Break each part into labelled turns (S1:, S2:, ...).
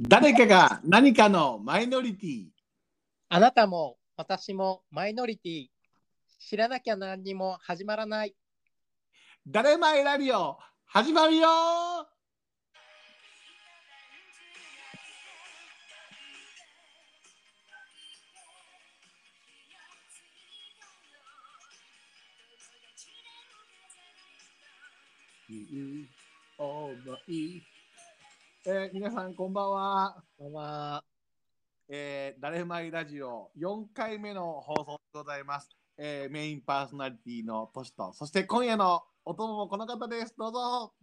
S1: 誰かが何かのマイノリティ
S2: あなたも私もマイノリティ。知らなきゃ何にも始まらない。
S1: 誰マイラリオ始まるよおいえー皆さんこんばんは、
S2: こんばんは。
S1: えー、誰マイラジオ4回目の放送でございます、えーメインパーソナリティのトシとそして今夜のお供もこの方ですどうぞ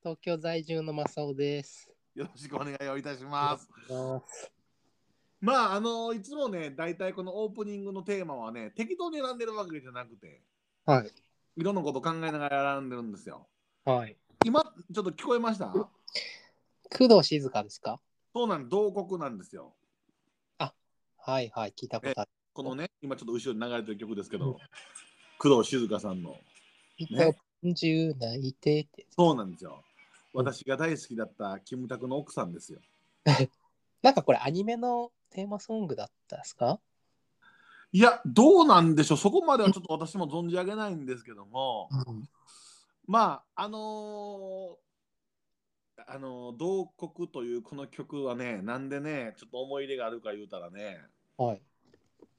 S2: 東京在住のマサオです。
S1: よろしくお願いをいたします
S2: あ
S1: まああのいつもね大体このオープニングのテーマはね適当に選んでるわけじゃなくて
S2: はい。
S1: いろんなこと考えながら選んでるんですよ
S2: はい。
S1: 今ちょっと聞こえました
S2: 工藤静香ですか
S1: そうなん同国なんですよ
S2: はいはい。聞いたことある。
S1: このね今ちょっと後ろに流れてる曲ですけど工藤静香さんの
S2: 一
S1: ね
S2: 本中泣いてって。
S1: そうなんですよ私が大好きだったキムタクの奥さんですよ
S2: なんかこれアニメのテーマソングだったんですか
S1: いやどうなんでしょうそこまではちょっと私も存じ上げないんですけどもまああのーあのー同国というこの曲はねなんでねちょっと思い入れがあるか言うたらね
S2: はい。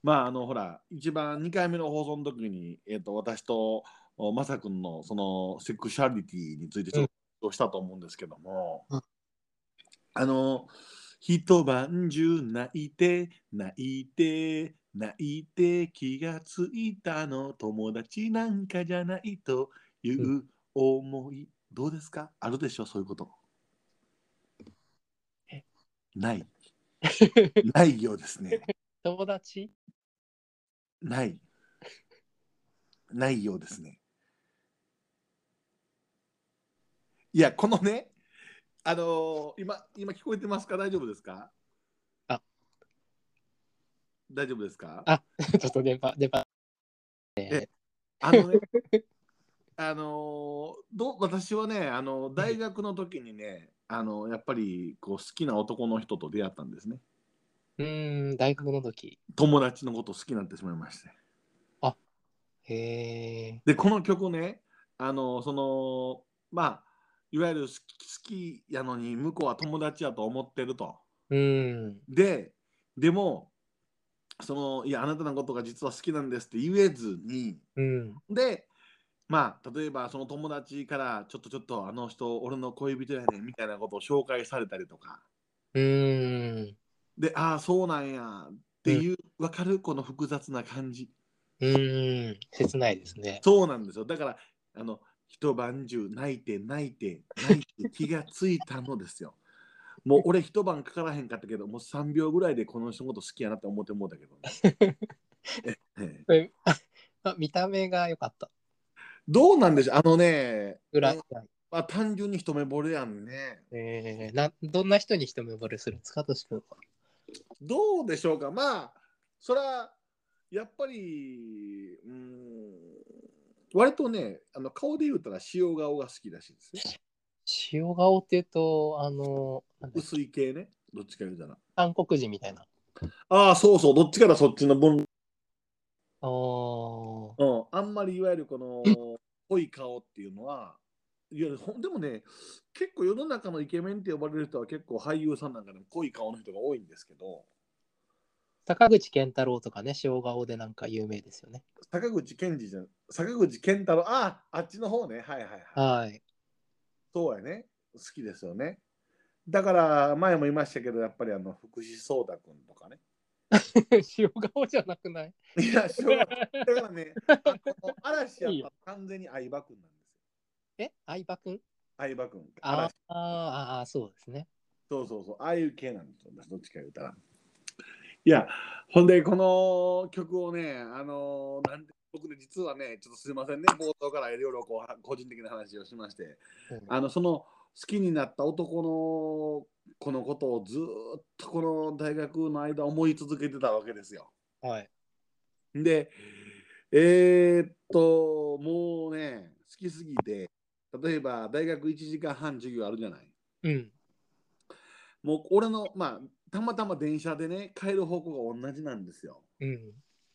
S1: まああのほら一番2回目の放送の時に、えー、と私とおまさくんのそのセクシャリティについてちょっとしたと思うんですけども、
S2: うん
S1: あの一晩中泣いて泣いて泣いて気がついたの友達なんかじゃないという思い、どうですかあるでしょそういうこと
S2: え
S1: ない ないようですね
S2: 友達
S1: ない。ないようですね。いや、このね、あのー今、今聞こえてますか大丈夫ですか
S2: あ
S1: 大丈夫ですか
S2: あちょっと電波、電波。
S1: あのね、 あのーどう私はね、あの大学の時にね、あのやっぱりこう好きな男の人と出会ったんですね。
S2: うーん、大学の時。
S1: 友達のこと好きになってしまいまして。
S2: へえ。
S1: でこの曲ねあのそのまあいわゆる好き好きやのに向こうは友達やと思ってると
S2: うーん。
S1: ででもそのいやあなたのことが実は好きなんですって言えずに
S2: うん。
S1: でまあ例えばその友達からちょっとちょっとあの人俺の恋人やねんみたいなことを紹介されたりとか
S2: うーん。
S1: でああそうなんやっていう、わかるこの複雑な感じ
S2: うーん。切ないですね。
S1: そうなんですよ。だから、あの、一晩中泣いて泣いて泣いて気がついたのです よ。もう俺一晩かからへんかったけど、もう3秒ぐらいでこの人のこと好きやなって思ってもうたけど、 ええ
S2: えあ見た目が良かった。
S1: どうなんでしょうあのね、
S2: ぐらい
S1: ね。まあ、単純に一目惚れやんね。
S2: えー、などんな人に一目惚れするんですか、としくんは。
S1: どうでしょうかまあ、そら、やっぱり、うん、割とね、あの顔で言うたら塩顔が好きらしいですね。
S2: 塩顔っていうと、あの、なんだ
S1: 薄い系ね、どっちか言うたら。
S2: 韓国人みたいな。
S1: ああ、そうそう、どっちからそっちの分、
S2: あー
S1: うん、あんまりいわゆるこの、濃い顔っていうのは、いや、ほんでもね、結構世の中のイケメンって呼ばれる人は結構俳優さんなんかでも濃い顔の人が多いんですけど、
S2: 坂口健太郎とかね、塩顔でなんか有名ですよね。
S1: 坂口健二じゃん、坂口健太郎、ああ、あっちの方ね、はいはいはい。
S2: はい。
S1: そうやね、好きですよね。だから、前も言いましたけど、やっぱりあの、福士蒼太君とかね。
S2: 塩顔じゃなくない
S1: いや、しょうがない。だから ね、あの嵐やっぱ完全に相葉君なんですよ。
S2: え相葉くん
S1: 相葉君。
S2: あ
S1: 嵐
S2: ーあー、そうですね。
S1: そうそうそう、ああいう系なんですよ、どっちか言うたら。いや、ほんで、この曲をね、あのーなんて僕ね、実はね、ちょっとすいませんね、冒頭からいろいろこう個人的な話をしまして、
S2: うん
S1: あの、その好きになった男の子のことをずーっとこの大学の間思い続けてたわけですよ。
S2: はい。
S1: で、えーっと、もうね、好きすぎて、例えば大学1時間半授業あるじゃない。
S2: うん。
S1: もう俺の、まあ、たまたま電車でね、帰る方向が同じなんですよ。
S2: うん。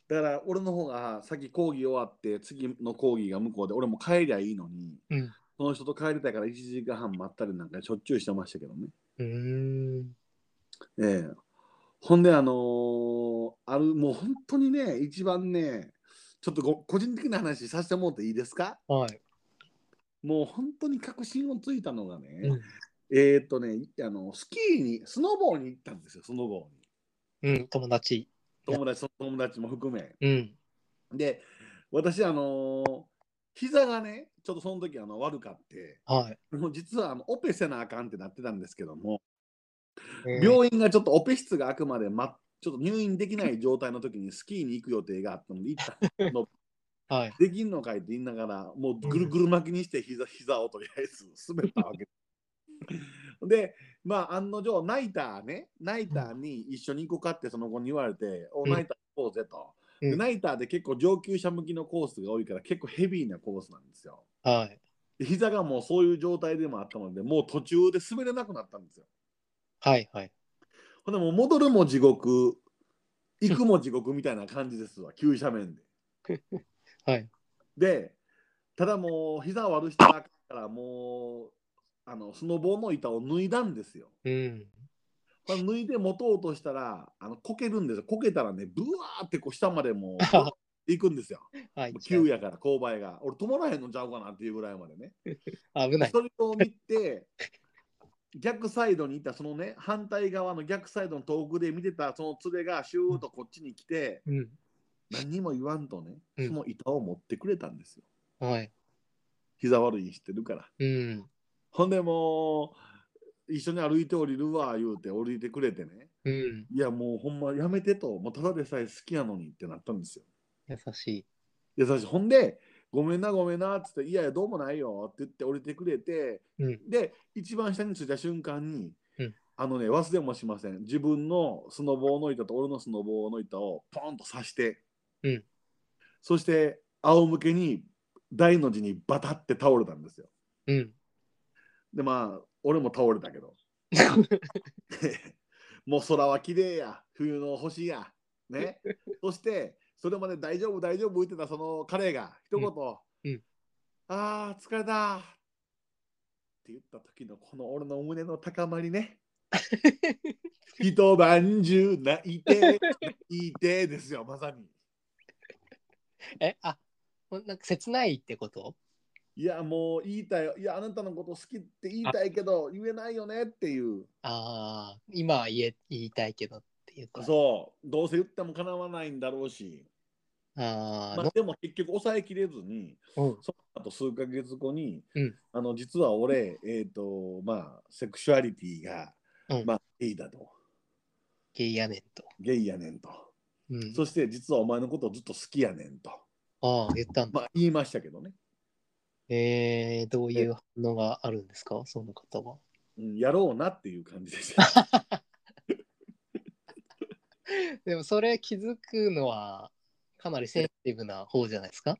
S1: だから俺の方が先講義終わって次の講義が向こうで俺も帰りゃいいのに、
S2: うん
S1: その人と帰りたいから1時間半待ったりなんかしょっちゅうしてましたけどね。
S2: うーん。
S1: ええほんであのーあるもう本当にね一番ねちょっとご個人的な話させてもらっていいですか
S2: はい。
S1: もう本当に確信をついたのがね、
S2: うん
S1: えーっとねあのスキーにスノボーに行ったんですよスノボーに
S2: うん、友達。
S1: 友達その友達も含め。
S2: うん。
S1: で私あのー膝がねちょっとその時あの悪かって
S2: はい。
S1: もう実はあのオペせなあかんってなってたんですけども、
S2: えー
S1: 病院がちょっとオペ室があくまで、ま、ちょっと入院できない状態の時にスキーに行く予定があったので行ったの
S2: はい。
S1: できんのかいって言いながらもうぐるぐる巻きにして膝膝をとりあえず滑ったわけ でまあ案の定ナイターねナイターに一緒に行こうかってその子に言われて「お
S2: うん
S1: ナイター行こうぜ」と。
S2: うん
S1: でナイターで結構上級者向きのコースが多いから結構ヘビーなコースなんですよ。
S2: はい。
S1: で膝がもうそういう状態でもあったのでもう途中で滑れなくなったんですよ。
S2: はい。はい。
S1: ほんでもう戻るも地獄行くも地獄みたいな感じですわ急斜面で。
S2: はい。
S1: でただもう膝を悪したからもうあのスノボーの板を脱いだんですよ。
S2: うん。
S1: これ脱いで持とうとしたらあのこけるんですよ。こけたらねブワーってこう下まで もうブワーって行くんですよ。
S2: はい。
S1: 急やから勾配が。俺止まらへんのちゃうかなっていうぐらいまでね。
S2: 危ない。
S1: それを見て逆サイドにいたそのね反対側の逆サイドの遠くで見てたその連れがシューッとこっちに来て
S2: うん。
S1: 何にも言わんとね
S2: うん
S1: その板を持ってくれたんですよ
S2: はい。
S1: 膝悪いしてるから
S2: うん。
S1: ほんでもう一緒に歩いて降りるわ言うて降りてくれてね
S2: うん。
S1: いやもうほんまやめてともうただでさえ好きなのにってなったんですよ
S2: 優しい。
S1: 優しいほんでごめんなごめんなっつっていやいやどうもないよって言って降りてくれて
S2: うん。
S1: で一番下に着いた瞬間に、
S2: うん
S1: あのね忘れもしません自分のスノボーの板と俺のスノボーの板をポンと刺して、
S2: うん
S1: そして仰向けに大の字にバタって倒れたんですよ
S2: うん。
S1: でまあ俺も倒れたけど もう空は綺麗や冬の星や ねそしてそれまで大丈夫大丈夫言ってたその彼が一言、
S2: うんうん
S1: あー疲れたって言った時のこの俺の胸の高まり ね一晩中泣いて泣いてですよまさに
S2: え、あ、ほんなんか切ないってこと
S1: いやもう言いたいいやあなたのこと好きって言いたいけど言えないよねっていう
S2: ああ、今は言え言いたいけどっていうか。
S1: そうどうせ言ってもかなわないんだろうし、
S2: ああ、
S1: まあ、でも結局抑えきれずに
S2: のうん
S1: その後数ヶ月後に、
S2: うん
S1: あの実は俺えっ、とまあセクシュアリティが、
S2: うん
S1: まあゲイだと
S2: ゲイやねんと。
S1: ゲイやねんと、
S2: うん。
S1: そして実はお前のことをずっと好きやねんと
S2: ああ、言ったんだ。
S1: まあ言いましたけどね、
S2: えー、どういうのがあるんですかその方は。
S1: うん、やろうなっていう感じで した
S2: でもそれ気づくのはかなりセンシティブな方じゃないですか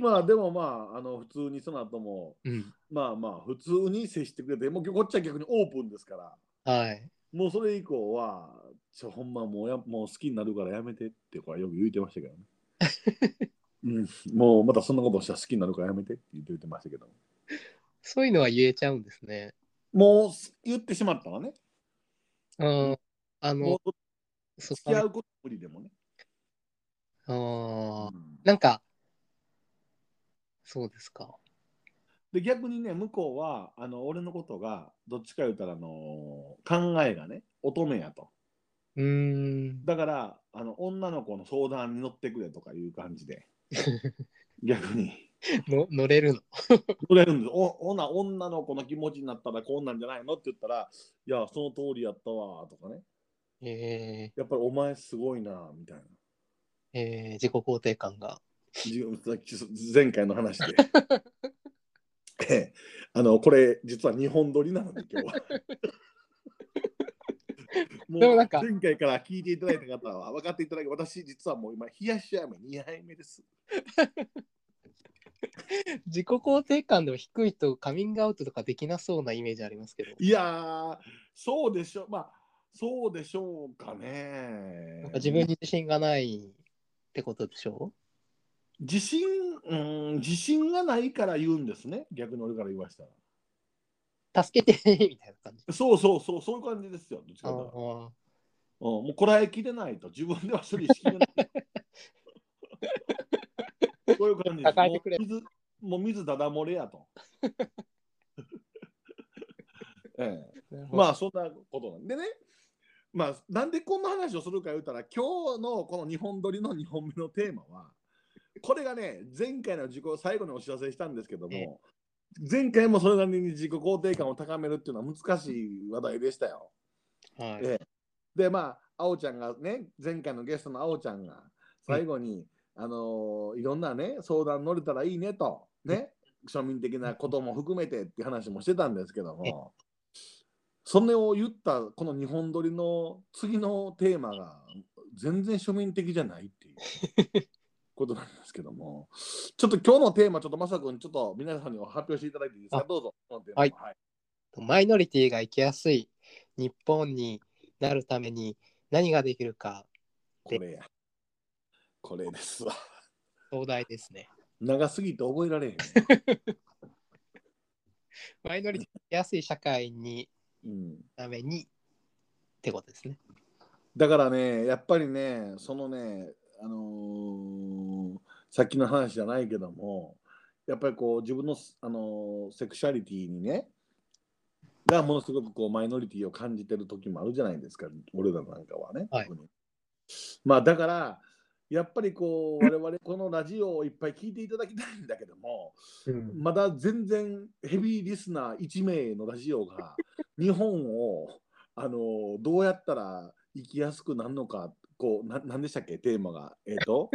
S1: まあでもまああの普通にその後も
S2: うん。
S1: まあまあ普通に接してくれてもうこっちは逆にオープンですから
S2: はい。
S1: もうそれ以降は、ちょほんまもうやもう好きになるからやめてってこれよく言うてましたけどね。 うん、もうまたそんなことしたら好きになるからやめてって言ってましたけど。
S2: そういうのは言えちゃうんですね。
S1: もう言ってしまったらね、
S2: うん。あ
S1: も
S2: の、
S1: う
S2: そ
S1: 付き合うこと無理でもね。
S2: ああ
S1: う、ん
S2: なんか、そうですか。
S1: で逆にね、向こうはあの俺のことがどっちか言うたら、あの考えがね、乙女やと。
S2: うーん。
S1: だからあの女の子の相談に乗ってくれとかいう感じで、逆に。
S2: の乗れるの。
S1: くれるんですおほな女の子の気持ちになったらこんなんじゃないのって言ったら「いやその通りやったわ」とかね
S2: え
S1: 「やっぱりお前すごいな」みたいな
S2: ー、えー、自己肯定感が。
S1: 自分さっき前回の話で ええあのこれ実は日本撮りなので今日はも
S2: でも
S1: う
S2: なんか
S1: 前回から聞いていただいた方は分かっていただけ私実はもう今冷やし飴2杯目です
S2: 自己肯定感でも低いとカミングアウトとかできなそうなイメージありますけど。
S1: いやーそうでしょう。まあ、そうでしょうかね
S2: なんか。自分に自信がないってことでしょ
S1: 自信、うん、自信がないから言うんですね。逆に俺から言わしたら。
S2: 助けてみたいな感じ。
S1: そうそうそう、そういう感じですよ。どっちかというと
S2: ああ
S1: うん、もうこらえきれないと。自分では処理しきれ ない。こういう感じです。
S2: 抱えてくれ
S1: もう水もう水だだ漏れや と。ええまあそんなことなんでね、まあ、なんでこんな話をするか言うたら今日のこの日本撮りの2本目のテーマはこれがね前回の自己最後にお知らせしたんですけど
S2: え
S1: も前回もそれなりに自己肯定感を高めるっていうのは難しい話題でしたよ。
S2: あ、はい
S1: えでまああおちゃんがね前回のゲストのあおちゃんが最後に、あのーいろんなね相談乗れたらいいねとね庶民的なことも含めてっていう話もしてたんですけどもそれを言ったこの日本撮りの次のテーマが全然庶民的じゃないっていう ことなんですけどもちょっと今日のテーマちょっとまさくんちょっと皆さんにお発表していただいていいですかどうぞ。
S2: はい
S1: はい
S2: マイノリティが生きやすい日本になるために何ができるか
S1: これや。これですわ。
S2: 壮大ですね。
S1: 長すぎて覚えられへん。
S2: マイノリティが生きやすい社会に
S1: うん
S2: ためにってことですね。
S1: だからね、やっぱりね、そのね、あのーさっきの話じゃないけども、やっぱりこう自分の、あのーセクシャリティにね、がものすごくこうマイノリティを感じてる時もあるじゃないですか、俺らなんかはね。
S2: はい
S1: 特にまあだから、やっぱりこう我々このラジオをいっぱい聞いていただきたいんだけども、
S2: うん、
S1: まだ全然ヘビーリスナー1名のラジオが日本をあのどうやったら生きやすくなるのかこうななんでしたっけテーマがえっ、と、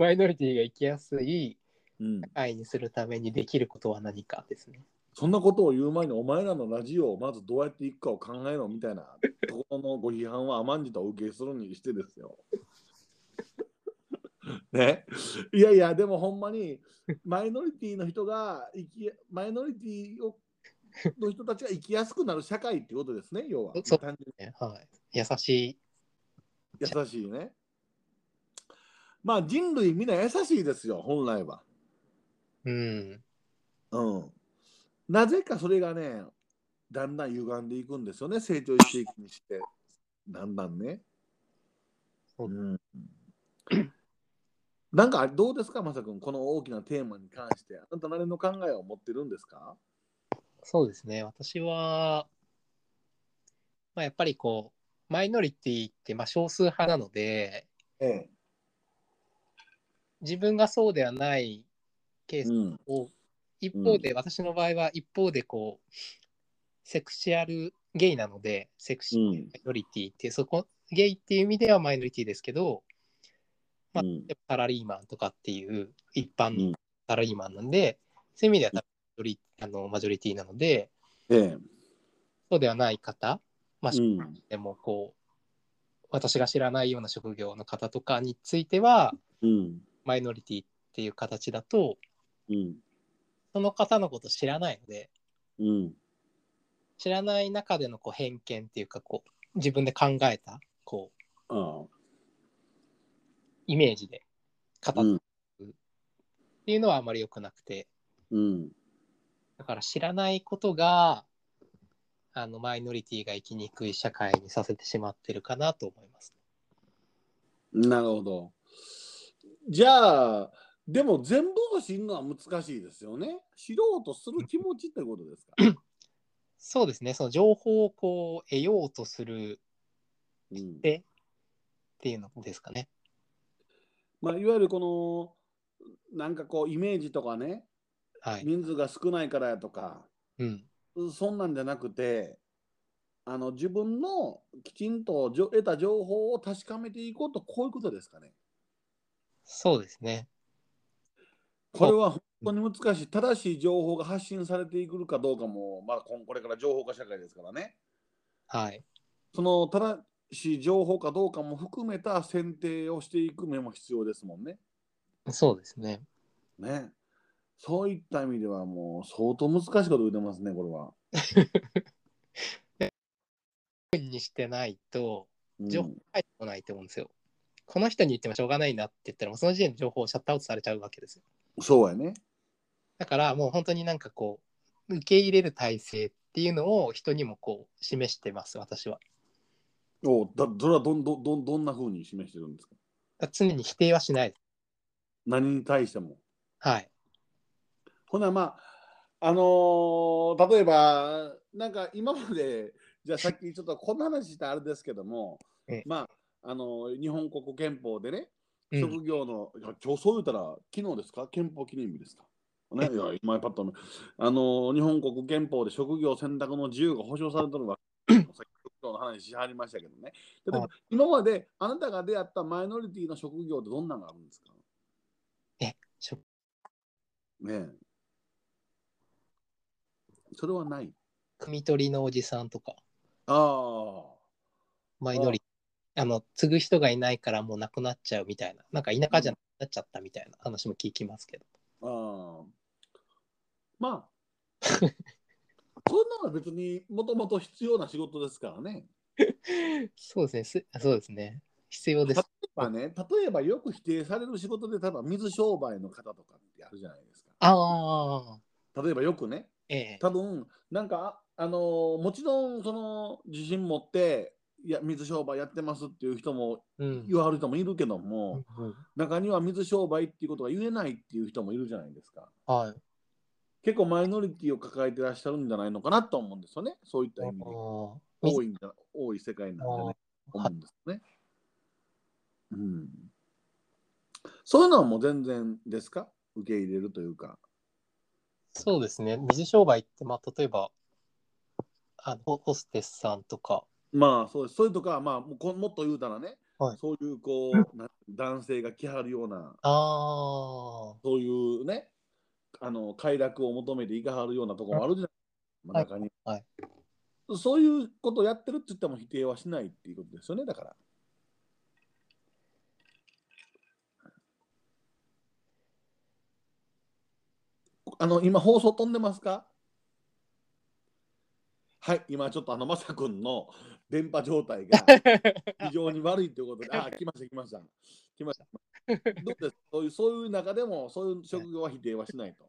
S2: マイノリティが生きやすい
S1: うん、
S2: 社会にするためにできることは何かですね。
S1: そんなことを言う前にお前らのラジオをまずどうやっていくかを考えろみたいなところのご批判は甘んじとお受けするにしてですよ。 ね、いやいやでもほんまにマイノリティの人が生きマイノリティをの人たちが生きやすくなる社会っていうことですね要は
S2: そう
S1: 単純に
S2: ねはい、優し
S1: 優しいね。まあ人類みんな優しいですよ本来は。
S2: い。うん。
S1: うん、なぜかそれがねだんだん歪んでいくんですよね成長していくにしてだんだんね。
S2: そう
S1: うん、 なんかどうですかまさくんこの大きなテーマに関してあなたなりの考えを持ってるんですか
S2: そうですね。私は、まあ、やっぱりこう、マイノリティってまあ少数派なので、
S1: ええ。
S2: 自分がそうではないケー
S1: う
S2: ス
S1: ん、
S2: を、一方で、私の場合は一方でこう、セクシアルゲイなので、セクシーマイノリティって、そこ、ゲイっていう意味ではマイノリティですけど、まあ
S1: うん
S2: やっぱサラリーマンとかっていう一般
S1: う
S2: の
S1: ん
S2: サラリーマンなんで、そういう意味では多分よりあのマジョリティなので、
S1: ええ。
S2: そうではない方、まあ、
S1: うん
S2: でもこう、私が知らないような職業の方とかについては、
S1: うん
S2: マイノリティっていう形だと、
S1: うん
S2: その方のこと知らないので、
S1: うん
S2: 知らない中でのこう偏見っていうかこう、自分で考えたこう
S1: ああ
S2: イメージで語
S1: う
S2: っ
S1: ん
S2: ていうのはあまり良くなくて、
S1: うん
S2: だから知らないことが、あの、マイノリティが生きにくい社会にさせてしまってるかなと思います。
S1: なるほど。じゃあ、でも全部を知るのは難しいですよね。知ろうとする気持ちってことですか。
S2: そうですね、その情報をこう得ようとする
S1: うん
S2: でっていうのですかね。
S1: まあ、いわゆるこのなんかこうイメージとかね、
S2: はい。
S1: 人数が少ないからやとか、
S2: うん。
S1: そんなんじゃなくて、あの自分のきちんとじょ得た情報を確かめていこうと、こういうことですかね。
S2: そうですね。
S1: これは本当に難しい、正しい情報が発信されていくかどうかも、まあ、こんこれから情報化社会ですからね。
S2: はい。
S1: その正しい情報かどうかも含めた選定をしていく目も必要ですもんね。
S2: そうですね。
S1: ね。そういった意味ではもう相当難しいこと言ってますね、これは。
S2: 分にしてないと情報が入ってこないと思うんですよ。この人に言ってもしょうがないなって言ったらもうその時点で情報をシャットアウトされちゃうわけですよ。
S1: そうやね。
S2: だからもう本当になんかこう受け入れる体制っていうのを人にもこう示してます私は。
S1: おだそれはどんどんどんどんな風に示してるんですか
S2: だから常に否定はしないです。
S1: 何に対しても。
S2: はい。
S1: ほなまああのー例えばなんか今までじゃあさっきちょっとこんな話したあれですけども
S2: ええ
S1: まああのー日本国憲法でね
S2: うん
S1: 職業の、いや今日そう言ったら昨日ですか憲法記念日ですか、ね、いや今パッとあのー日本国憲法で職業選択の自由が保障されてるわ けさっき職業の話しはりましたけどね例え
S2: は
S1: ば今まであなたが出会ったマイノリティの職業ってどんなのがあるんですか
S2: しょ
S1: ねえそれはない
S2: 汲み取りのおじさんとか
S1: ああ
S2: マイノリティあの継ぐ人がいないからもう亡くなっちゃうみたいななんか田舎じゃなくなっちゃったみたいな話も聞きますけど。
S1: ああまあそんなのは別にもともと必要な仕事ですからね。
S2: そうですねすそうですね必要で
S1: 例
S2: す
S1: え。ばね、例えばよく否定される仕事で、例えば水商売の方とかってあるじゃないです
S2: ああ
S1: か。例えばよくね、
S2: ええ
S1: 多分なんか、ああのーもちろんその自信持って、いや、水商売やってますっていう人も、
S2: うん
S1: 言わはる人もいるけども、
S2: うん
S1: 中には水商売っていうことは言えないっていう人もいるじゃないですか。
S2: はい。
S1: 結構マイノリティを抱えてらっしゃるんじゃないのかなと思うんですよね。そういった意味で。
S2: ああ
S1: 多いんだ多い世界なんじゃないと思うんですね。うん、そういうのはもう全然ですか受け入れるというか。
S2: そうですね。水商売って、まあ、例えば、あのホステスさんとか、
S1: まあそうです。そういうとか、まあ、もうこもっと言うたらね、
S2: はい
S1: そういうこう、な男性が来はるような、
S2: あ
S1: そういうね、あの快楽を求めていかはるようなとこもあるじゃない、
S2: はい
S1: 中に、
S2: はい
S1: そういうことをやってるって言っても否定はしないっていうことですよね、だから。あの今放送飛んでますかはい、今ちょっとあのまさくんの電波状態が 非常に悪いということで、あ、来ました来ました。来ました。どうですそういうそういう中でもそういう職業は否定はしないと。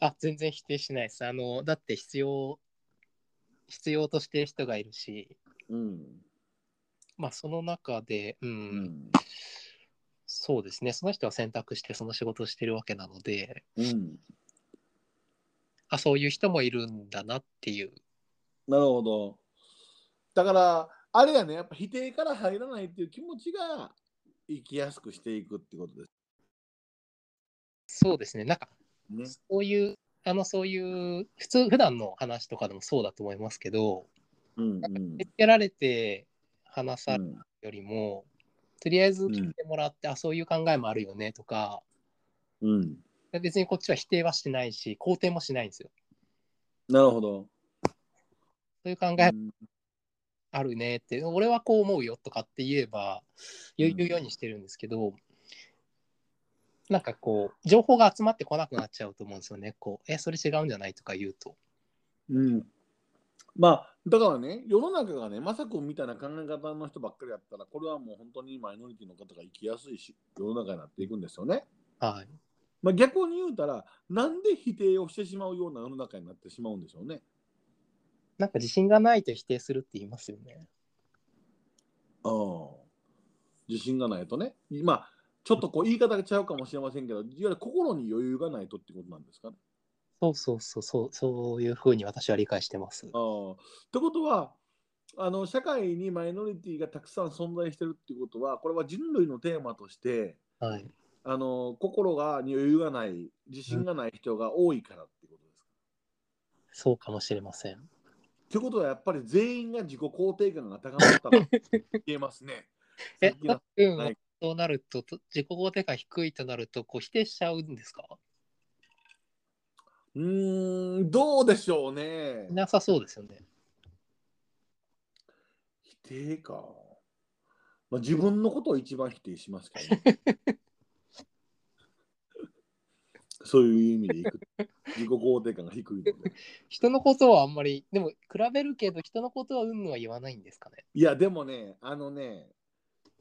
S2: あ、あ、全然否定しないです。あの、だって必要、必要としてる人がいるし、
S1: うん。
S2: まあ、その中で、うん、
S1: うん。
S2: そうですね。その人は選択して、その仕事をしてるわけなので、
S1: うん。
S2: あ、そういう人もいるんだなっていう。
S1: なるほど。だから、あれやね、やっぱ否定から入らないっていう気持ちが生きやすくしていくってことで
S2: そうですね。なんか、
S1: す
S2: そういう、あの、そういう、普通、普段の話とかでもそうだと思いますけど、
S1: ね。うん うん
S2: つけられて話さ
S1: う
S2: れる
S1: ん
S2: よりも、とりあえず聞いてもらって、あそういう考えもあるよねとか
S1: うん。
S2: 別にこっちは否定はしないし肯定もしないんですよ
S1: なるほど。
S2: そういう考
S1: う
S2: え
S1: ん
S2: あるねって、俺はこう思うよとかって言えば言う
S1: うん
S2: 言うようにしてるんですけど、なんかこう情報が集まってこなくなっちゃうと思うんですよねこうえそれ違うんじゃないとか言うと
S1: うん。まあ、だからね、世の中がね、まさくんみたいな考え方の人ばっかりやったら、これはもう本当にマイノリティの方が生きやすいし、世の中になっていくんですよね。
S2: はい
S1: まあ、逆に言うたら、なんで否定をしてしまうような世の中になってしまうんでしょうね。
S2: なんか自信がないと否定するって言いますよね
S1: うん自信がないとね、まあ、ちょっとこう言い方がちゃうかもしれませんけど、いわゆる心に余裕がないとってことなんですかね。
S2: そうそうそうそうそういうふうに私は理解してます
S1: あーってことはあの、社会にマイノリティがたくさん存在してるっていうことは、これは人類のテーマとして、
S2: はい
S1: あの心がに余裕がない、自信がない人が多いからっていうことですか。
S2: そうかもしれません
S1: ってことは、やっぱり全員が自己肯定感が高まったら言えますね。
S2: え
S1: さっきの
S2: うん、
S1: はい
S2: そうなるとと自己肯定感低いとなるとこう否定しちゃうんですか
S1: うーん、どうでしょうね。
S2: なさそうですよね。
S1: 否定か。まあ、自分のことを一番否定しますけどね、そういう意味でいく。自己肯定感が低いので。
S2: 人のことはあんまり、でも比べるけど、人のことはうんぬんは言わないんですかね。
S1: いや、でもね、あのね、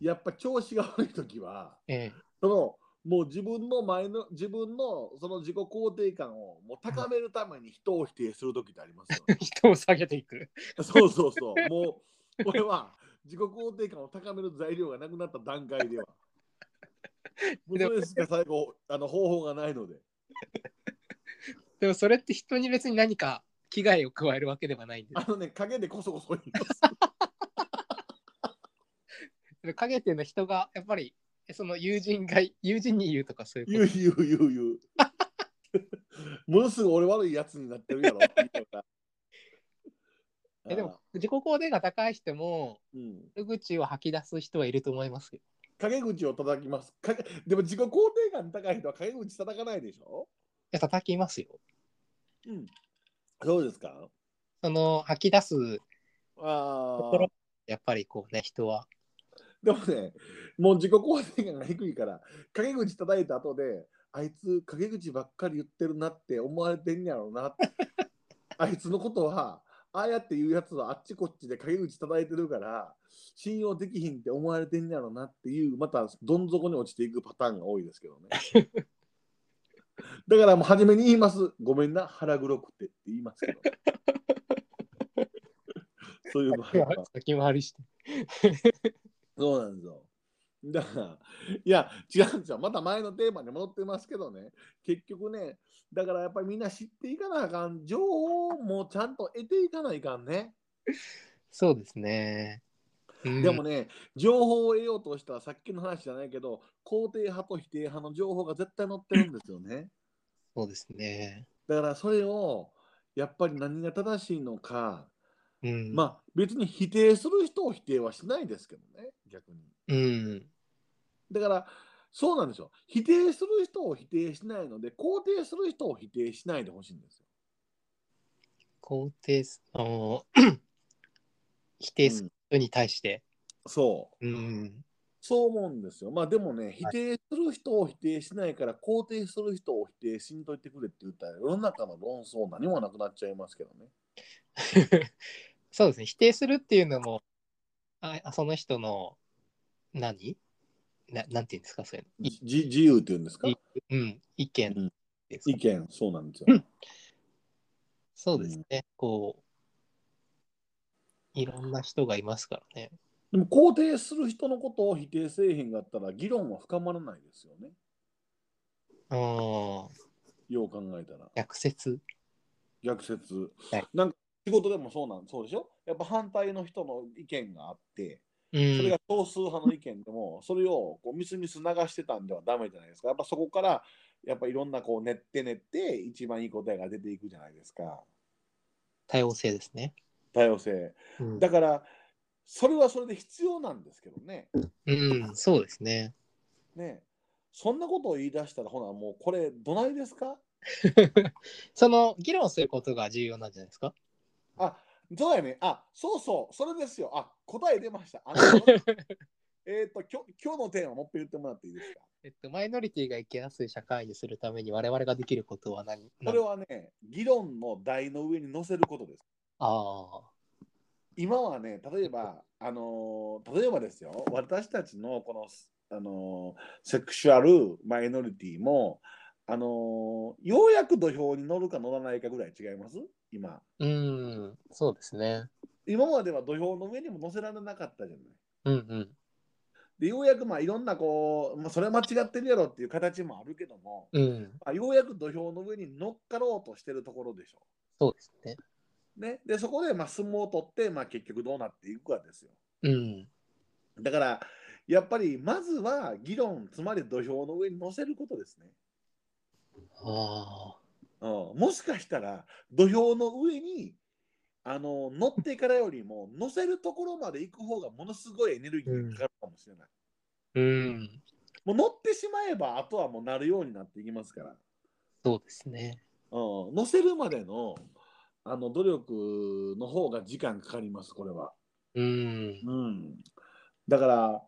S1: やっぱ調子が悪い時は、
S2: え
S1: そのもう自分の前の自分のその自己肯定感をもう高めるために人を否定する時ってありますよね
S2: え、。人を下げていく。
S1: そうそうそう。もう俺は自己肯定感を高める材料がなくなった段階では。もうそれしか最後あの方法がないので。
S2: でもそれって人に別に何か危害を加えるわけではないんで
S1: あのね陰でこそこそ言います
S2: す。影っていうのは人がやっぱりその友人が 友人に言うとかそういう
S1: 言
S2: こ
S1: う言う言う言う。ものすごい俺悪いやつになってるやろっていうのが。
S2: と。えでも自己肯定が高い人も
S1: あー、うん、
S2: 悪口を吐き出す人はいると思いますよ。
S1: 陰口を叩きます。陰でも自己肯定感高い人は陰口叩かないでしょ
S2: いや叩きますよ。
S1: うん。そうですか
S2: その吐き出す
S1: ああ
S2: 心。やっぱりこうね人は。
S1: でもね、もう自己肯定感が低いから、陰口叩いた後で、あいつ陰口ばっかり言ってるなって思われてんやろうな。あいつのことは、ああやって言うやつはあっちこっちで陰口叩いてるから、信用できひんって思われてんやろうなっていう、またどん底に落ちていくパターンが多いですけどね。だからもう初めに言います。ごめんな、腹黒くてって言いますけど。そういう場合は。
S2: 先回りして。
S1: そうなんですよ。だから、いや、違うんですよ。また前のテーマに戻ってますけどね。結局ね、だからやっぱりみんな知っていかなあかん。情報もちゃんと得ていかないかんね。
S2: そうですね。うん
S1: でもね、情報を得ようとしたらさっきの話じゃないけど、肯定派と否定派の情報が絶対載ってるんですよ ね。
S2: そうですね。
S1: だからそれを、やっぱり何が正しいのか、
S2: うん。
S1: まあ別に否定する人を否定はしないですけどね、逆に。
S2: うん。
S1: だから、そうなんですよ。否定する人を否定しないので、肯定する人を否定しないでほしいんですよ。
S2: 肯定す、あの 否定する人に対して。
S1: そう。
S2: うん。
S1: そう思うんですよ。まあでもね、否定する人を否定しないから、肯定する人を否定しんといてくれって言ったら、世の中の論争何もなくなっちゃいますけどね。
S2: そうですね。否定するっていうのも、ああその人の何ななんていうんですか、そういうの。い
S1: じ自自由って言うんですか
S2: いうん、意見ですか
S1: 意見、そうなんですよ。
S2: そうですね。こう、いろんな人がいますからね。
S1: でも肯定する人のことを否定せえへんかったら、議論は深まらないですよね。
S2: ああ、
S1: よう考えたら。
S2: 逆説。
S1: 逆説、
S2: はい
S1: なんか仕事でもそうなんそうでしょやっぱ反対の人の意見があって
S2: う
S1: それ
S2: ん
S1: が。少数派の意見で もそれをこうミスミス流してたんではダメじゃないですかやっぱそこからやっぱいろんなこう練って練って一番いい答えが出ていくじゃないですか
S2: 多様性ですね。
S1: 多様性
S2: うん、
S1: だからそれはそれで必要なんですけどね
S2: うん、そうですね。
S1: ねそんなことを言い出したらほなもうこれどないですか
S2: その議論することが重要なんじゃないですか。
S1: あ、そうやね。あ、そうそう、それですよ。あ、答え出ました。あ のえっと、きょ今日のテーマ、もっぺん言ってもらっていいですか。
S2: えっと、マイノリティが生きやすい社会にするために我々ができることは何
S1: それはね、議論の台の上に載せることです。
S2: ああ。
S1: 今はね、例えば、あのー例えばですよ、私たちのこの、あのーセクシュアルマイノリティも、あのーようやく土俵に乗るか乗らないかぐらい違います今。
S2: うん、そうですね。
S1: 今までは土俵の上にも乗せられなかったじゃない。
S2: うんうん。
S1: でようやくまあいろんなこう、まあ、それは間違ってるやろっていう形もあるけども、
S2: うん、
S1: まあ、ようやく土俵の上に乗っかろうとしてるところでしょ
S2: そうですね。
S1: う。ね、でそこでまあ相撲を取って、まあ、結局どうなっていくかですよ。
S2: うん。
S1: だからやっぱりまずは議論つまり土俵の上に乗せることですね。
S2: ああ。
S1: うん、もしかしたら土俵の上にあの乗ってからよりも乗せるところまで行く方がものすごいエネルギーがかかるかもしれない。
S2: うん、
S1: もう乗ってしまえばあとはもうなるようになっていきますから。
S2: そうですね。
S1: うん、乗せるまでのあの努力の方が時間かかります、これは。
S2: うん。
S1: うん、だから、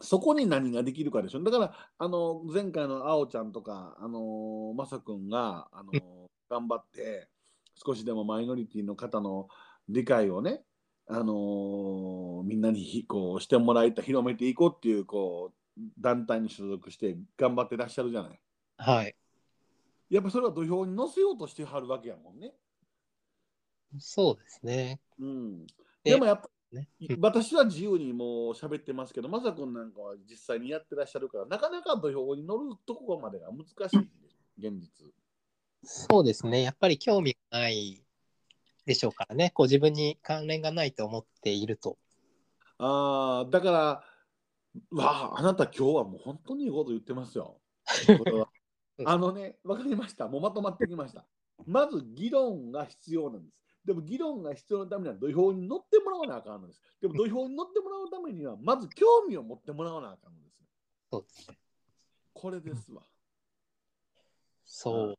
S1: そこに何ができるかでしょ。だから、あの、前回のあおちゃんとか、あの、まさくんが、あの、頑張って、少しでもマイノリティの方の理解をね、あのみんなにひこうしてもらえた、広めていこうっていう、こう、団体に所属して頑張ってらっしゃるじゃない。
S2: はい。
S1: やっぱそれは土俵に乗せようとしてはるわけやもんね。
S2: そうですね。
S1: うん、
S2: で
S1: でもやっぱ、
S2: ね
S1: 私は自由にもう喋ってますけど、まさくんなんかは実際にやってらっしゃるから、なかなか土俵に乗るとこまでが難しいんです、現実。
S2: そうですね。やっぱり興味がないでしょうからね。こう自分に関連がないと思っていると。
S1: ああ、だから、わあ、あなた今日はもう本当にいいこと言ってますよ。これは
S2: うん
S1: あのね、わかりました。もうまとまってきました。まず議論が必要なんです。でも議論が必要なためには土俵に乗ってもらわなあかんのです。でも土俵に乗ってもらうためには、まず興味を持ってもらわなあかんのです。
S2: そうですね。
S1: これですわ。
S2: そう。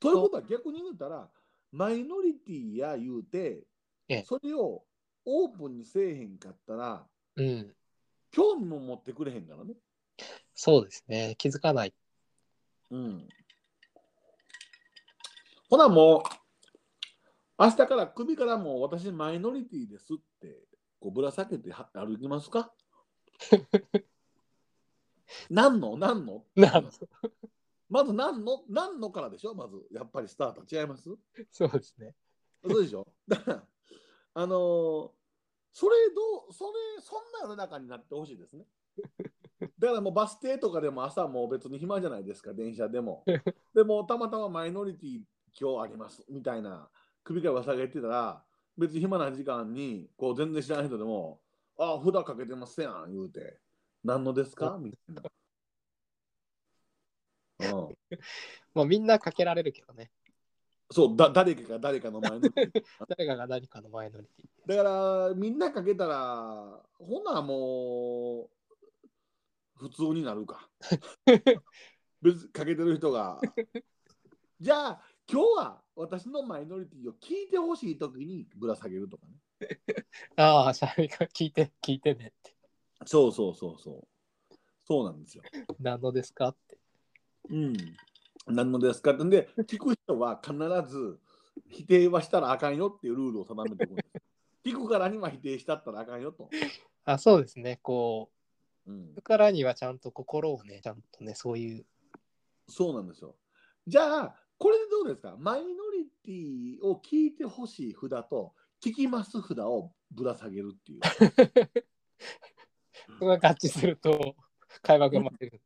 S1: ということは逆に言うたら、マイノリティや言うて
S2: ええ、
S1: それをオープンにせえへんかったら、
S2: うん。
S1: 興味も持ってくれへんからね。
S2: そうですね。気づかない。
S1: うん。ほなもう、明日から首からもう私マイノリティですって、こうぶら下げては歩きます か何の何の
S2: なん
S1: まず何の何のからでしょまず、やっぱりスタート違います
S2: そうですね。
S1: そうでしょ だから、あのーそれどう、それ、そんな世の中になってほしいですね。だからもうバス停とかでも朝もう別に暇じゃないですか、電車でも。でもたまたまマイノリティ今日ありますみたいな首から下げてたら、別に暇な時間にこう全然知らない人でも、ああ、札かけてますやん言うて、何のですかみたいな。うん、
S2: まあみんなかけられるけどね。
S1: そうだ誰かが誰かのマイノリティ
S2: 誰かが何かのマイノリティ。
S1: だからみんなかけたらほなもう普通になるか別にかけてる人 がじゃあ今日は私のマイノリティを聞いてほしい時にぶら下げるとかね
S2: ああ、しゃべりか聞いて、聞いてねって。
S1: そうそうそうそうそうなんですよ
S2: 何のですかって。
S1: うん何のですかってんで聞く人は必ず否定はしたらあかんよっていうルールを定めておくんです聞くからには否定したったらあかんよと、
S2: あそうですね。こ
S1: うん
S2: う、、からにはちゃんと心をね、ちゃんとね、そういう。
S1: そうなんですよ。じゃあ、これでどうですかマイノリティを聞いてほしい札と、聞きます札をぶら下げるっていう。
S2: そこが合致すると、会話が生まれる。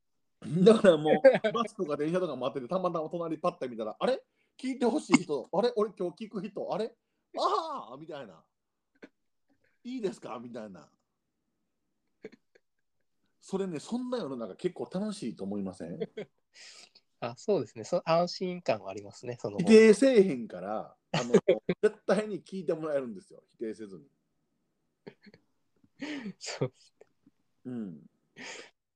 S1: だからもう、バスとか電車とか待ってて、たまたま隣パッて見たら、あれ聞いてほしい人、あれ俺今日聞く人、あれああみたいな。いいですかみたいな。それね、そんな世の中結構楽しいと思いません
S2: あそうですね。そ安心感はありますね。その
S1: 否定せえへんから、あの絶対に聞いてもらえるんですよ、否定せずに。
S2: そう
S1: うん、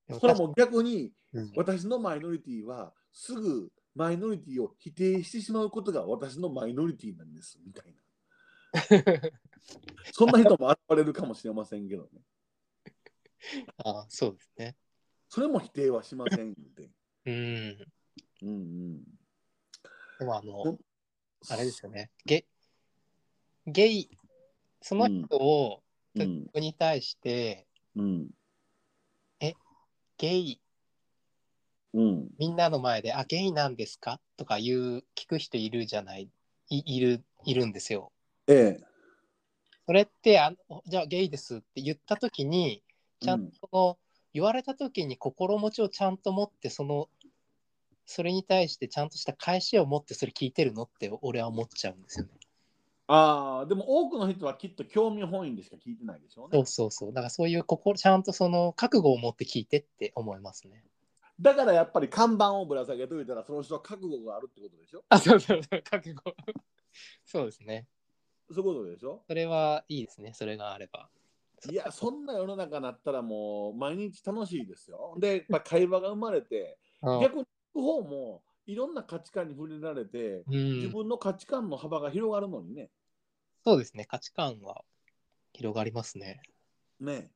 S2: でも
S1: それはもう逆に
S2: うん
S1: 私のマイノリティはすぐマイノリティを否定してしまうことが私のマイノリティなんですみたいな そんな人も現れるかもしれませんけどね
S2: あそうですね。
S1: それも否定はしませんって、
S2: うん。で
S1: うんうん、
S2: もあ
S1: うん
S2: の、あれですよね。ゲゲイ、その人を、
S1: うん
S2: に対して、
S1: うん
S2: ゲイ、
S1: うん
S2: みんなの前で、あ、ゲイなんですかとかいう、聞く人いるじゃない、いいる、いるんですよ。
S1: ええ
S2: それってあのじゃあゲイですって言った時にちゃんとその、言われた時に心持ちをちゃんと持ってそのそれに対してちゃんとした返しを持ってそれ聞いてるのって俺は思っちゃうんですよね。
S1: ああでも多くの人はきっと興味本位でしか聞いてないでしょう
S2: そう
S1: ね
S2: そうそうだからそういう心ちゃんとその覚悟を持って聞いてって思いますね。
S1: だからやっぱり看板をぶら下げといたらその人は覚悟があるってことでしょ
S2: あそうそうそう覚悟。そうですね。
S1: そういうことでしょ
S2: それはいいですねそれがあれば。
S1: いや、そんな世の中になったらもう毎日楽しいですよ。で、まあ、会話が生まれて、
S2: うん
S1: 逆に聞く方もいろんな価値観に触れられて、
S2: う
S1: 自
S2: ん、
S1: 分の価値観の幅が広がるのにね。
S2: そうですね価値観は広がりますね。
S1: ね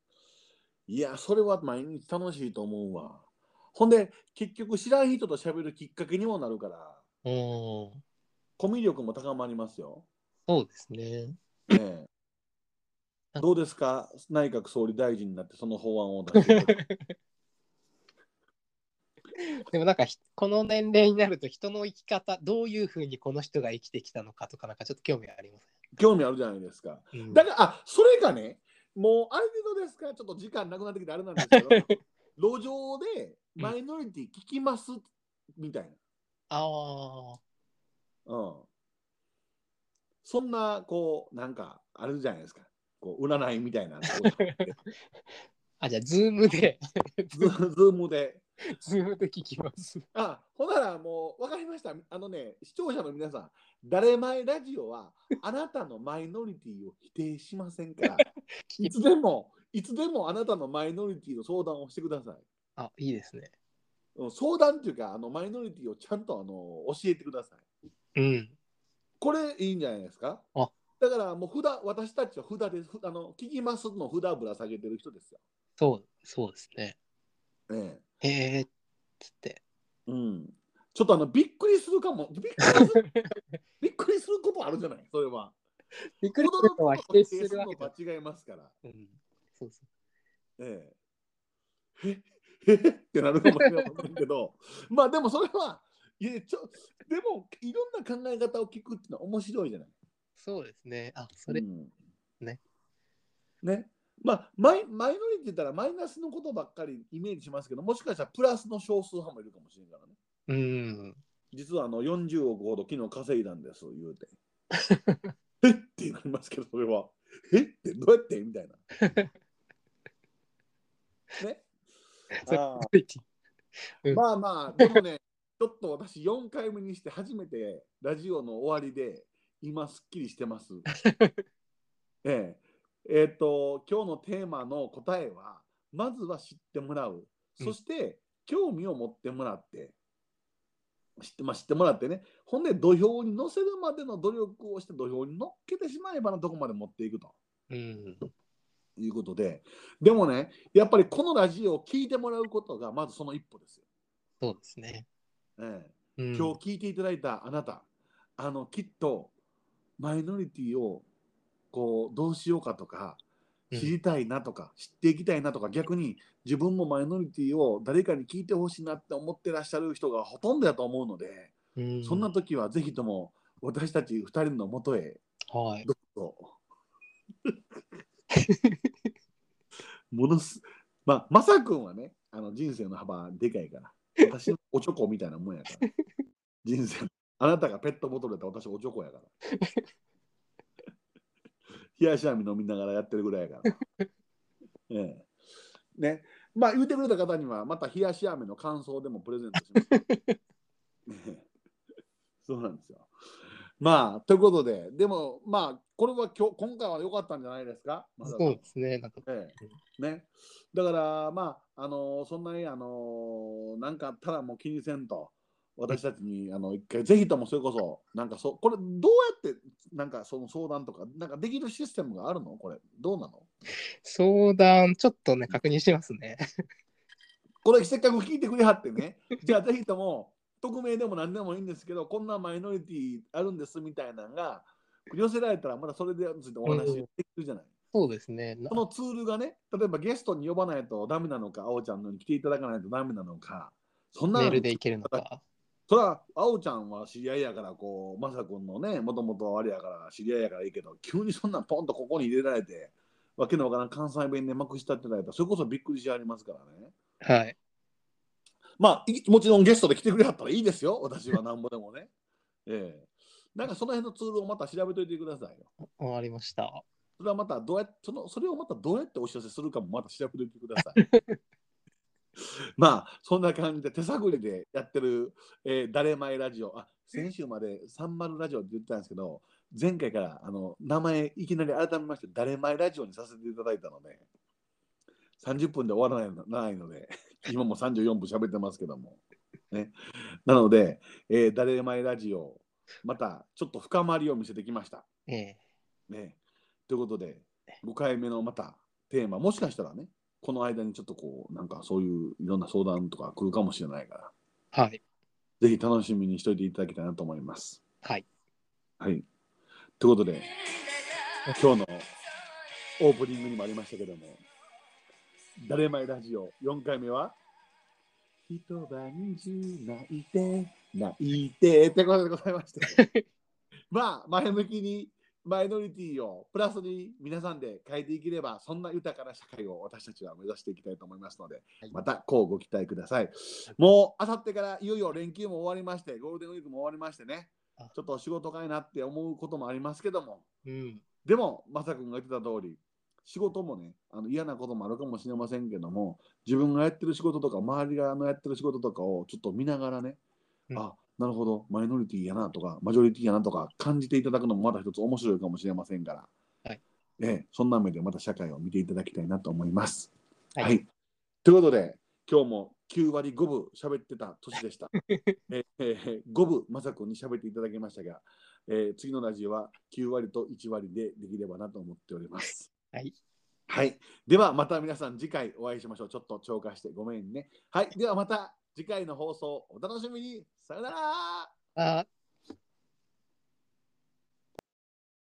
S1: いや、それは毎日楽しいと思うわ。ほんで、結局知らん人と喋るきっかけにもなるから、
S2: おー
S1: コミュ力も高まりますよ。
S2: そうですね。
S1: ねえどうですか、内閣総理大臣になってその法案を出して。
S2: でもなんかひこの年齢になると人の生き方どういうふうにこの人が生きてきたのかとかなんかちょっと興味ありま
S1: 興味あるじゃないですか。
S2: すね。うん
S1: だから、あそれがね、もうある程度ですから、ちょっと時間なくなってきてあれなんですけど、路上でマイノリティ聞きますみたい
S2: ああ
S1: な。うん。そんな、こう、なんか、あるじゃないですか。こう占いみたいな。こう
S2: あじゃあズームで
S1: ズズームで。
S2: ズームで聞きます。
S1: あ、ほんならもう分かりました。あのね、視聴者の皆さん、誰前ラジオはあなたのマイノリティを否定しませんから、いつでも、いつでもあなたのマイノリティの相談をしてください。
S2: あいいですね。
S1: うん相談というか、あのマイノリティをちゃんとあの教えてください。
S2: うん。
S1: これいいんじゃないですか
S2: あ
S1: だからもう札、私たちは札です。ふあの聞きますの札ぶら下げてる人ですよ。
S2: そうそうですね。
S1: ええ
S2: へえっつって。
S1: うん、ちょっとあのびっくりするかも。びっくりす るびっくりすることあるじゃない、それは。
S2: びっくりするのは否定するわけ
S1: の
S2: だ。
S1: 間違えますから。
S2: うん。そうそ
S1: ええ。ええってなるかもしれないけど、 まあでもそれは、いやちょでもいろんな考え方を聞くっていうのは面白いじゃない。
S2: う。そうですね。あそれ、
S1: うん
S2: ね。
S1: ね。まあマイ、マイノリティって言ったらマイナスのことばっかりイメージしますけど、もしかしたらプラスの少数派もいるかもしれんからね。
S2: うん。
S1: 実はあの40億ほど昨日稼いだんです、言うて。 えってなりますけど、それは。えってどうやってみ たいな。ね。あーまあまあ、でもね、 ちょっと私4回目にして初めてラジオの終わりで、今すっきりしてます。えええっと、今日のテーマの答えは、まずは知ってもらう。そして、興味を持ってもらって、知ってまあ、知ってもらってね、ほんで土俵に乗せるまでの努力をして土俵に乗っけてしまえばのとこまで持っていくと
S2: うん。
S1: いうことで、でもね、やっぱりこのラジオを聞いてもらうことがまずその一歩ですよ。
S2: そうですね。
S1: ええ
S2: うん、
S1: 今日聞いていただいたあなた、あのきっとマイノリティをこうどうしようかとか
S2: うん
S1: 知りたいなとか、知っていきたいなとか逆に自分もマイノリティを誰かに聞いてほしいなって思ってらっしゃる人がほとんどだと思うので、
S2: うん、
S1: そんな時はぜひとも私たち2人のもとへ
S2: はい。
S1: どうぞ。 ものすまあ、まさくんはね、あの人生の幅でかいから、私のおちょこみたいなもんやから、人生の、あなたがペットボトルだったら私おちょこやから。冷やし網飲みながらやってるぐらいやから。ええ、ね、まあ言うてくれた方には、また冷やし飴の感想でもプレゼントします。 ねそうなんですよ。まあ、ということで、でも、まあ、これは今日今回は良かったんじゃないですか、まさか
S2: そうですね。なんか、
S1: ええね、だから、まあ、あのそんなに、あのなんかあったらもう気にせんと、私たちに、あの、一回、ぜひともそれこそ、なんかそう、これ、どうやって、なんかその相談とか、なんかできるシステムがあるのこれ、どうなの
S2: 相談、ちょっとね、確認しますね。
S1: これ、せっかく聞いてくれはってね、 じゃあ、ぜひとも、匿名でも何でもいいんですけど、こんなマイノリティあるんですみたいなのが、寄せられたら、まだそれでついてお話できるじゃない。
S2: そうです ね。な
S1: このツールがね、例えばゲストに呼ばないとダメなのか、あおちゃんのに来ていただかないとダメなのか、そんな
S2: メ
S1: の
S2: ールでいけるのか。
S1: それはあおちゃんは知り合いやから、こう、まさくんのね、もともとあれやから、知り合いやからいいけど、急にそんなんポンとここに入れられて、わけのわからん関西弁でまくし立てられたら、それこそびっくりしありますからね。
S2: はい。
S1: まあ、いもちろんゲストで来てくれはったらいいですよ、私はなんぼでもね。ええなんかその辺のツールをまた調べといてくださいよ。
S2: 終わりました。
S1: それはまたどうやっそのそれをまたどうやってお知らせするかもまた調べておいてください。まあそんな感じで手探りでやってる「えー、誰前ラジオ」あ先週まで「サンマルラジオ」って言ってたんですけど前回からあの名前いきなり改めまして「誰前ラジオ」にさせていただいたので30分で終わらないのないので 今も34分喋ってますけども、ね、なので「えー、誰前ラジオ」またちょっと深まりを見せてきました。
S2: ええ
S1: ね、ということで、5回目のまたテーマ、もしかしたらね、この間にちょっとこう、なんかそういういろんな相談とか来るかもしれないから、
S2: はい。
S1: ぜひ楽しみにしておいていただきたいなと思います。
S2: はい。
S1: はい。ということで、今日のオープニングにもありましたけども、誰前ラジオ4回目は、一晩中泣いて、泣いてってことでございまして、 まあ、前向きにマイノリティをプラスに皆さんで変えていければ、そんな豊かな社会を私たちは目指していきたいと思いますので、
S2: はい
S1: またこうご期待ください。もう、あさってからいよいよ連休も終わりまして、ゴールデンウィークも終わりましてね
S2: あ、
S1: ちょっと仕事かいなって思うこともありますけども、
S2: うん。
S1: でも、まさくんが言ってた通り、仕事もね、あの嫌なこともあるかもしれませんけども、自分がやってる仕事とか、周りがのやってる仕事とかをちょっと見ながらね、
S2: うん
S1: あ、なるほど、マイノリティやなとか、マジョリティやなとか感じていただくのもまた一つ面白いかもしれませんから、
S2: はい
S1: ええ、そんな目でまた社会を見ていただきたいなと思います。
S2: はい
S1: ということで、今日も9割5分喋ってた年で した。ええ5分、まさくんに喋っていただきましたが、えー次のラジオは9割と1割でできればなと思っております。
S2: はい。
S1: はい。ではまた皆さん次回お会いしましょう。ちょっと超過してごめんね。はい。ではまた次回の放送お楽しみに。さよなら。
S2: あー